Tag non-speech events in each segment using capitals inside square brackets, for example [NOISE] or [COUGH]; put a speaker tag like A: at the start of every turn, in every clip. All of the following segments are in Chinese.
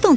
A: 懂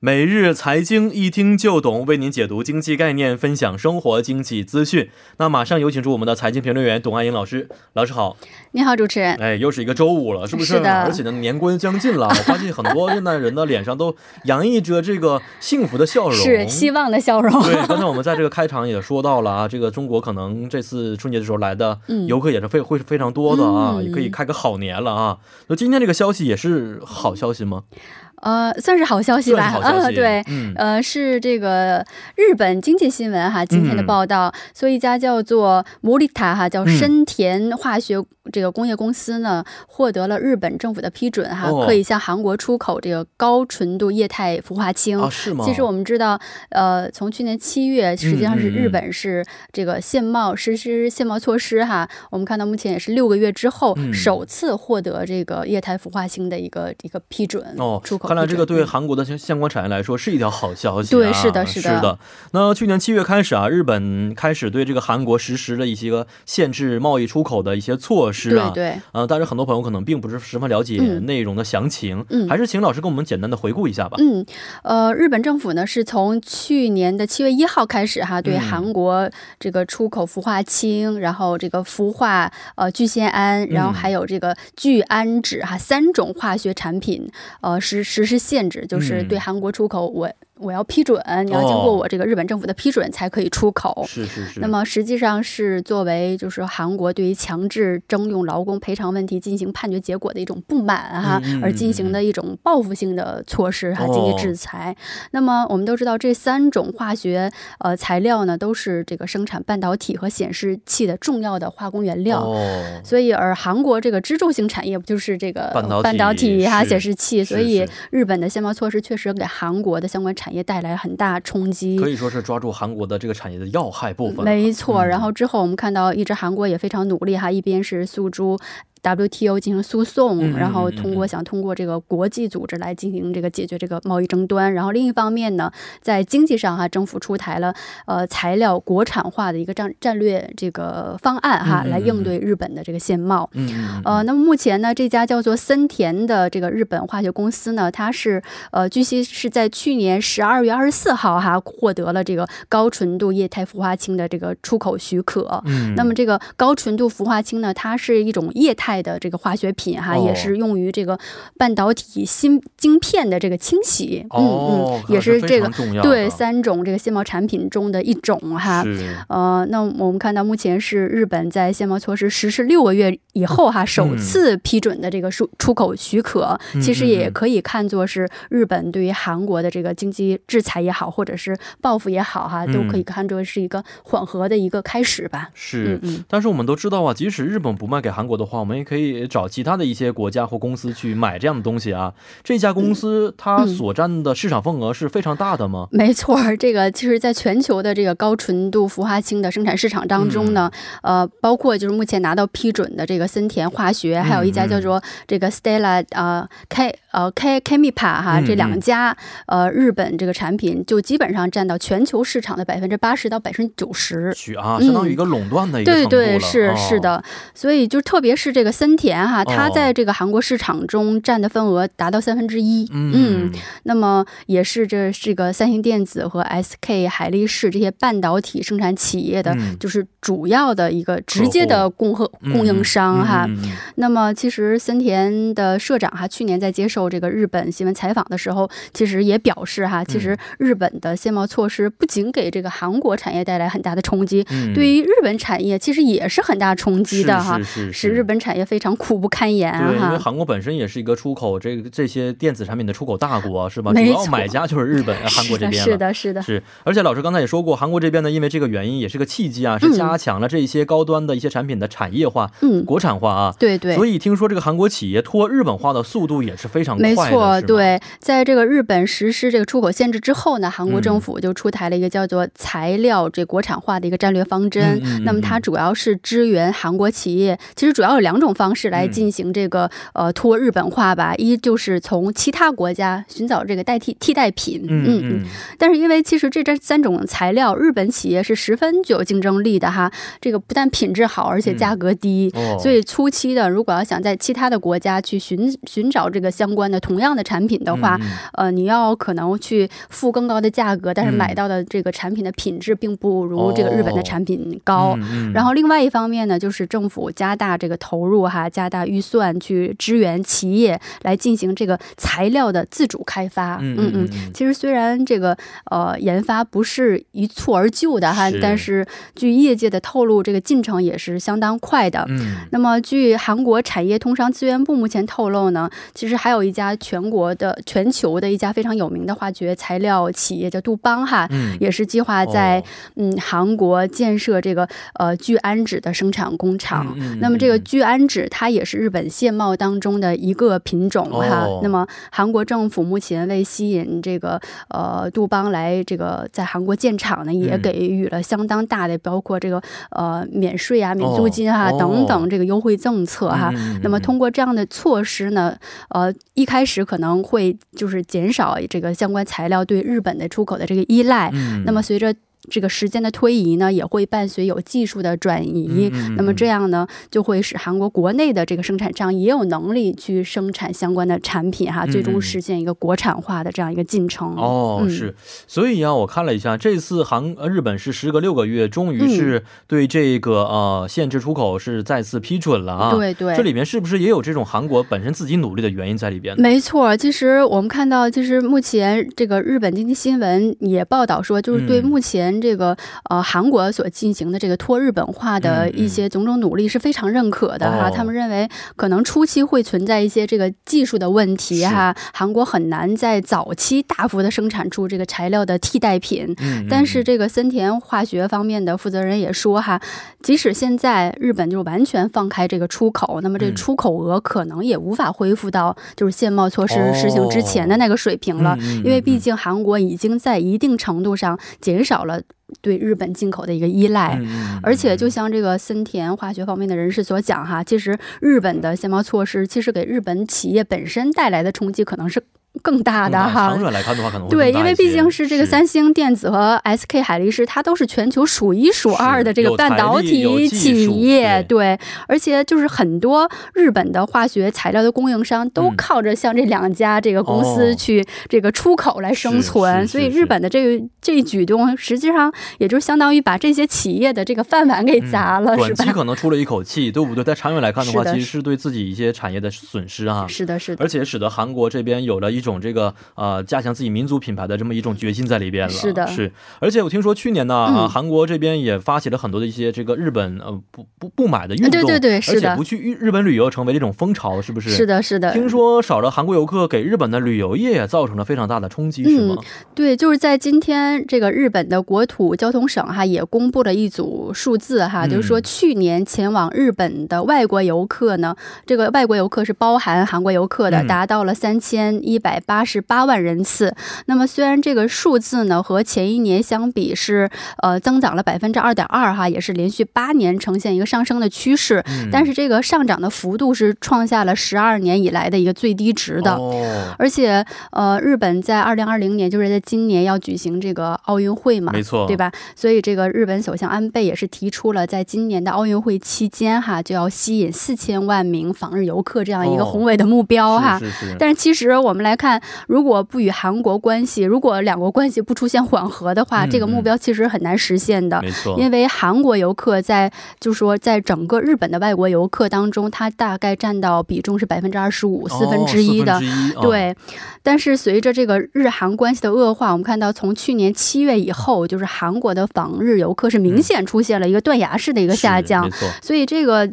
B: 每日财经一听就懂，为您解读经济概念，分享生活经济资讯。那马上有请出我们的财经评论员董爱英老师，老师好。
C: 你好，主持人。
B: 哎，又是一个周五了，是不是？
C: 是的
B: 而且呢，年关将
C: [LAUGHS]
B: 近了，我发现很多现代人的脸上都洋溢着这个幸福的笑容。
C: 是希望的笑容。
B: 对，刚才我们在这个开场也说到了啊，这个中国可能这次春节的时候来的
C: 嗯
B: 游客也是非会是非常多的啊，
C: 嗯
B: 也可以开个好年了啊。那今天这个消息也是好消息吗？
C: [LAUGHS] 呃，算是好消息吧。
B: 算是好消息
C: 嗯，对。
B: 嗯
C: 呃，是这个日本经济新闻哈，今天的报道，所以一家叫做摩利塔哈，叫
B: 嗯
C: 深田化学这个工业公司呢，获得了日本政府的批准哈，
B: 哦
C: 可以向韩国出口这个高纯度液态氟化氢。
B: 啊，是吗？
C: 其实我们知道，呃，从去年七月，实际上是
B: 嗯嗯
C: 日本是这个限贸实施限贸措施哈。我们看到目前也是六个月之后，
B: 嗯
C: 首次获得这个液态氟化氢的一个一个批准
B: 哦
C: 出，口批准。嗯
B: 看来这个对韩国的相相关产业来说是一条好消息、啊。
C: 对是的
B: 是
C: 是的
B: 那去年七月开始啊，日本开始对这个韩国实施了一些个限制贸易出口的一些措施啊。
C: 对对。
B: 呃，但是很多朋友可能并不是十分了解
C: 嗯
B: 内容的详情，
C: 嗯
B: 还是请老师给我们简单的回顾一下吧。
C: 嗯，呃，日本政府呢是从去年的七月一号开始哈，对
B: 嗯
C: 韩国这个出口氟化氢，然后这个氟化呃聚酰胺，然
B: 嗯
C: 后还有这个聚氨酯哈三种化学产品，呃实实施限制，就是
B: 嗯
C: 对韩国出口我我要批准，你要经
B: 哦
C: 过我这个日本政府的批准才可以出口。
B: 是是是。
C: 那么实际上是作为就是韩国对于强制征用劳工赔偿问题进行判决结果的一种不满哈，
B: 嗯嗯嗯哦
C: 而进行的一种报复性的措施哈，经济制裁。那么我们都知道这三种化学呃材料呢，都是这个生产半导体和显示器的重要的化工原料。
B: 哦，
C: 所以，而韩国这个支柱性产业不就是这个
B: 半导体
C: 半导体哈、
B: 是
C: 显示器？
B: 是
C: 所以
B: 是，
C: 日本的限贸措施确实给韩国的相关产业带来很大冲击。
B: 可以说是抓住韩国的这个产业的要害部分了。
C: 没错，
B: 嗯
C: 然后之后我们看到，一直韩国也非常努力哈，一边是诉诸 WTO 进行
B: 嗯
C: 诉
B: 嗯
C: 讼，
B: 嗯
C: 然后通
B: 嗯
C: 过
B: 嗯
C: 想通过这个国际组织来进行这个解决这个贸易争端，然后另一方面呢，在经济上哈，政府出台了呃材料国产化的一个战战略这个方案哈
B: 嗯嗯，嗯
C: 来应
B: 嗯
C: 对日本的这个限贸。
B: 嗯嗯，嗯
C: 呃，那么目前呢，这家叫做森田的这个日本化学公司呢，它是呃，据悉是在去年十二月二十四号哈获得了这个高纯度液态氟化氢的这个出口许可。
B: 嗯，
C: 那么这个高纯度氟化氢呢，它是一种液态的这个化学品哈，
B: 哦
C: 也是用于这个半导体芯晶片的这个清洗，
B: 哦
C: 嗯，嗯，也是这个
B: 看来非常重要的
C: 对三种这个限贸产品中的一种哈。
B: 是
C: 呃，那我们看到目前是日本在限贸措施实施六个月以后哈，首次批准的这个出出口许可，
B: 嗯
C: 其实也
B: 嗯
C: 可以看作是日本对于韩国的这个经济制裁也好，或者是报复也好哈，都可以看作是一个缓和的一个开始吧。
B: 嗯是
C: 嗯，嗯，
B: 但是我们都知道啊，即使日本不卖给韩国的话，我们也可以找其他的一些国家或公司去买这样的东西啊。这家公
C: 嗯
B: 司它所占的市场份额是非常大的吗？
C: 没错儿，这个其实在全球的这个高纯度氟化氢的生产市场当中呢，
B: 嗯
C: 呃，包括就是目前拿到批准的这个森田化学，还有一家
B: 嗯
C: 叫做这个 Stella 呃 K 呃 K Kemipa 哈，
B: 嗯
C: 这
B: 嗯
C: 两家呃日本这个产品就基本上占到全球市场的百分之八十到百分之九十。
B: 去啊，相当于一个垄断的一个
C: 嗯对
B: 程度了。
C: 对，是
B: 哦
C: 是，的，所以就特别是这个森田哈，它
B: 哦
C: 在这个韩国市场中占的份额达到三分之一。
B: 嗯，
C: 那么也是这这个三星电子和 SK 海力士这些半导体生产企业的，
B: 嗯
C: 就是主要的一个直接的供货
B: 嗯
C: 供应商哈。
B: 嗯嗯嗯
C: 那么其实森田的社长哈，去年在接受这个日本新闻采访的时候，其实也表示哈，其
B: 嗯
C: 实日本的限贸措施不仅给这个韩国产业带来很大的冲击，
B: 嗯
C: 对于日本产业其实也是很大冲击的哈。
B: 是是
C: 使日。本产业非常苦不堪言
B: 对，因为
C: 哈，
B: 韩国本身也是一个出口这个这些电子产品的出口大国，啊是吧？主
C: 没
B: 要
C: 错
B: 买家就是日本、呃韩国这边了。
C: 是的，是的，是的
B: 是，而且老师刚才也说过，韩国这边呢，因为这个原因也是个契机啊，是
C: 嗯
B: 加强了这一些高端的一些产品的产业化、
C: 嗯，
B: 国产化啊。
C: 对对。
B: 所以听说这个韩国企业脱日本化的速度也是非常快的
C: 没错，
B: 是吗，
C: 对，在这个日本实施这个出口限制之后呢，韩
B: 嗯
C: 国政府就出台了一个叫做“材料这国产化”的一个战略方
B: 嗯
C: 针。
B: 嗯嗯
C: 那么它主要是支援韩国企业，其实主要有两种方式来
B: 嗯
C: 进行这个、呃脱日本化吧。一就是从其他国家寻找这个代替替代品，
B: 嗯嗯
C: 但是因为其实这这三种材料，日本企业是十分具有竞争力的哈。这个不但品质好，而且价格低。
B: 嗯哦
C: 所以初期的，如果要想在其他的国家去寻寻找这个相关的同样的产品的话，
B: 嗯嗯
C: 呃，你要可能去付更高的价格，但是
B: 嗯
C: 买到的这个产品的品质并不如这个日本的产品高。
B: 嗯嗯
C: 然后另外一方面呢，就是政府加大这个投入哈，加大预算去支援企业来进行这个材料的自主开发。
B: 嗯
C: 嗯
B: 嗯
C: 嗯
B: 嗯，
C: 其实虽然这个呃研发不是一蹴而就的哈
B: 是，
C: 但是据业界的透露，这个进程也是相当快的。
B: 嗯
C: 那么，据韩国产业通商资源部目前透露呢，其实还有一家全国的、全球的一家非常有名的化学材料企业叫杜邦哈，
B: 嗯
C: 也是计划在、
B: 哦
C: 嗯韩国建设这个呃聚氨酯的生产工厂。
B: 嗯嗯
C: 那么这个
B: 嗯
C: 聚氨酯它也是日本蟹帽当中的一个品种哈。
B: 哦
C: 那么韩国政府目前为吸引这个呃杜邦来这个在韩国建厂呢，也
B: 嗯
C: 给予了相当大的，包括这个呃免税啊、免租金啊、
B: 哦
C: 等等这个优惠政策哈。
B: 嗯嗯嗯
C: 那么
B: 嗯
C: 通过这样的措施呢，呃，一开始可能会就是减少这个相关材料对日本的出口的这个依赖，
B: 嗯
C: 那么随着这个时间的推移呢，也会伴随有技术的转移。
B: 嗯嗯嗯
C: 那么这样呢，就会使韩国国内的这个生产商也有能力去生产相关的产品哈，
B: 嗯
C: 最
B: 嗯
C: 终实现一个国产化的这样一个进程。
B: 哦，
C: 嗯
B: 是，所以啊呀、我看了一下，这次韩呃日本是时隔六个月，终
C: 嗯
B: 于是对这个、呃限制出口是再次批准了啊。，
C: 对对，
B: 这里面是不是也有这种韩国本身自己努力的原因在里边呢？
C: 没错，其实我们看到，其实目前这个日本经济新闻也报道说，就是对
B: 嗯
C: 目前这个、呃韩国所进行的这个脱日本化的
B: 嗯嗯
C: 一些种种努力是非常认可的哈。
B: 哦
C: 他们认为可能初期会存在一些这个技术的问题哈，韩国很难在早期大幅的生产出这个材料的替代品。
B: 嗯，嗯
C: 但是这个森田化学方面的负责人也说哈，即使现在日本就完全放开这个出口，那么这
B: 嗯
C: 出口额可能也无法恢复到就是限贸措施
B: 哦
C: 实行之前的那个水平了，
B: 嗯嗯嗯
C: 因为毕竟韩国已经在一定程度上减少了对日本进口的一个依赖。
B: 嗯嗯
C: 哎而且，就像这个森田化学方面的人士所讲哈，其实日本的限贸措施其实给日本企业本身带来的冲击可能是更大
B: 更
C: 的
B: 大
C: 哈。
B: 长远来看的话，可能会
C: 对，
B: 更大
C: 因为
B: 一
C: 毕
B: 些嗯
C: 竟是这个三星电子和 SK 海力士，它都是全球数一数二的这
B: 有
C: 个
B: 财
C: 半导
B: 力有
C: 体
B: 技术
C: 企业。
B: 对
C: 对，而且就是很多日本的化学材料的供应商都
B: 嗯
C: 靠着像这两家这个公
B: 哦
C: 司去这个出口来生
B: 是
C: 存，
B: 是
C: 所以
B: 是
C: 日本的这个这一举动，实际上也就相当于把这些企业的这个饭碗给
B: 嗯
C: 砸了，是
B: 短期
C: 吧？
B: 可能出了一口气，对不对？但长远来看的话，
C: 是的
B: 其实是对自己一些产业的损失啊。
C: [LAUGHS] 是的，是的
B: 而。且使得韩国这边有了一种这个呃加强自己民族品牌的这么一种决心在里边了。
C: 是的
B: 是。而且我听说去年呢，啊、
C: 嗯
B: 韩国这边也发起了很多的一些这个日本呃不不不买的运动，
C: 呃对对对
B: 而
C: 是的
B: 且不去日日本旅游成为这种风潮，是不是？
C: 是。的，是的，
B: 听说少了韩国游客，给日本的旅游业也造成了非常大的冲击，是吗？
C: 对，就是在今天，这个日本的国土交通省哈也公布了一组数字哈，
B: 嗯
C: 就是说去年前往日本的外国游客呢，这个外国游客是包含韩国游客的，
B: 嗯
C: 达到了三千一百八十八万人次。那么虽然这个数字呢和前一年相比是呃增长了百分之二点二哈，也是连续八年呈现一个上升的趋势， [LAUGHS]
B: 嗯
C: 但是这个上涨的幅度是创下了十二年以来的一个最低值的。
B: 哦，
C: 而且，呃，日本在二零二零年，就是在今年要举行这个奥运会嘛，
B: 没错，
C: 对？吧？所以，这个日本首相安倍也是提出了，在今年的奥运会期间哈，就要吸引四千万名访日游客这样一个
B: 哦
C: 宏伟的目标哈。
B: 是是是。
C: 但是其实我们来看，如果不与韩国关系，如果两国关系不出现缓和的话，
B: 嗯
C: 这个目标其实很难实现的。
B: 没错，
C: 因为韩国游客在就说在整个日本的外国游客当中，它大概占到比重是百分之二十五，四分之一的。
B: 哦四分之一啊
C: 对，但是随着这个日韩关系的恶化，我们看到从去年七月以后，就是韩国的访日游客是明显出现了一个断崖式的一个下
B: 是
C: 降
B: 没，错，
C: 所以这个。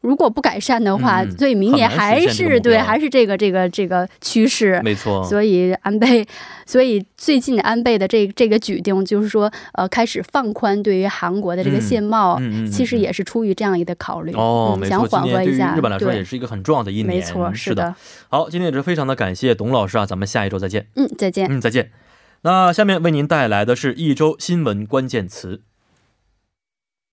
C: 如果不改善的话，
B: 嗯
C: 所以明年
B: 很难
C: 还
B: 实现这个目
C: 是对，
B: 标
C: 还是这个这个这个趋势。
B: 没错，
C: 所以安倍，所以最近安倍的这这个举动，就是说，呃，开始放宽对于韩国的这个限贸，
B: 嗯嗯嗯嗯
C: 其实也是出于这样一个考虑，
B: 哦，
C: 嗯
B: 没
C: 想
B: 错，今年
C: 缓和
B: 对于
C: 一下。
B: 日本来说也
C: 对，
B: 是一个很重要的一年，
C: 没错，
B: 是
C: 的。
B: 好，今天也是非常的感谢董老师啊，咱们下一周再见。
C: 嗯，再见。
B: 嗯，再见。那下面为您带来的是一周新闻关键词。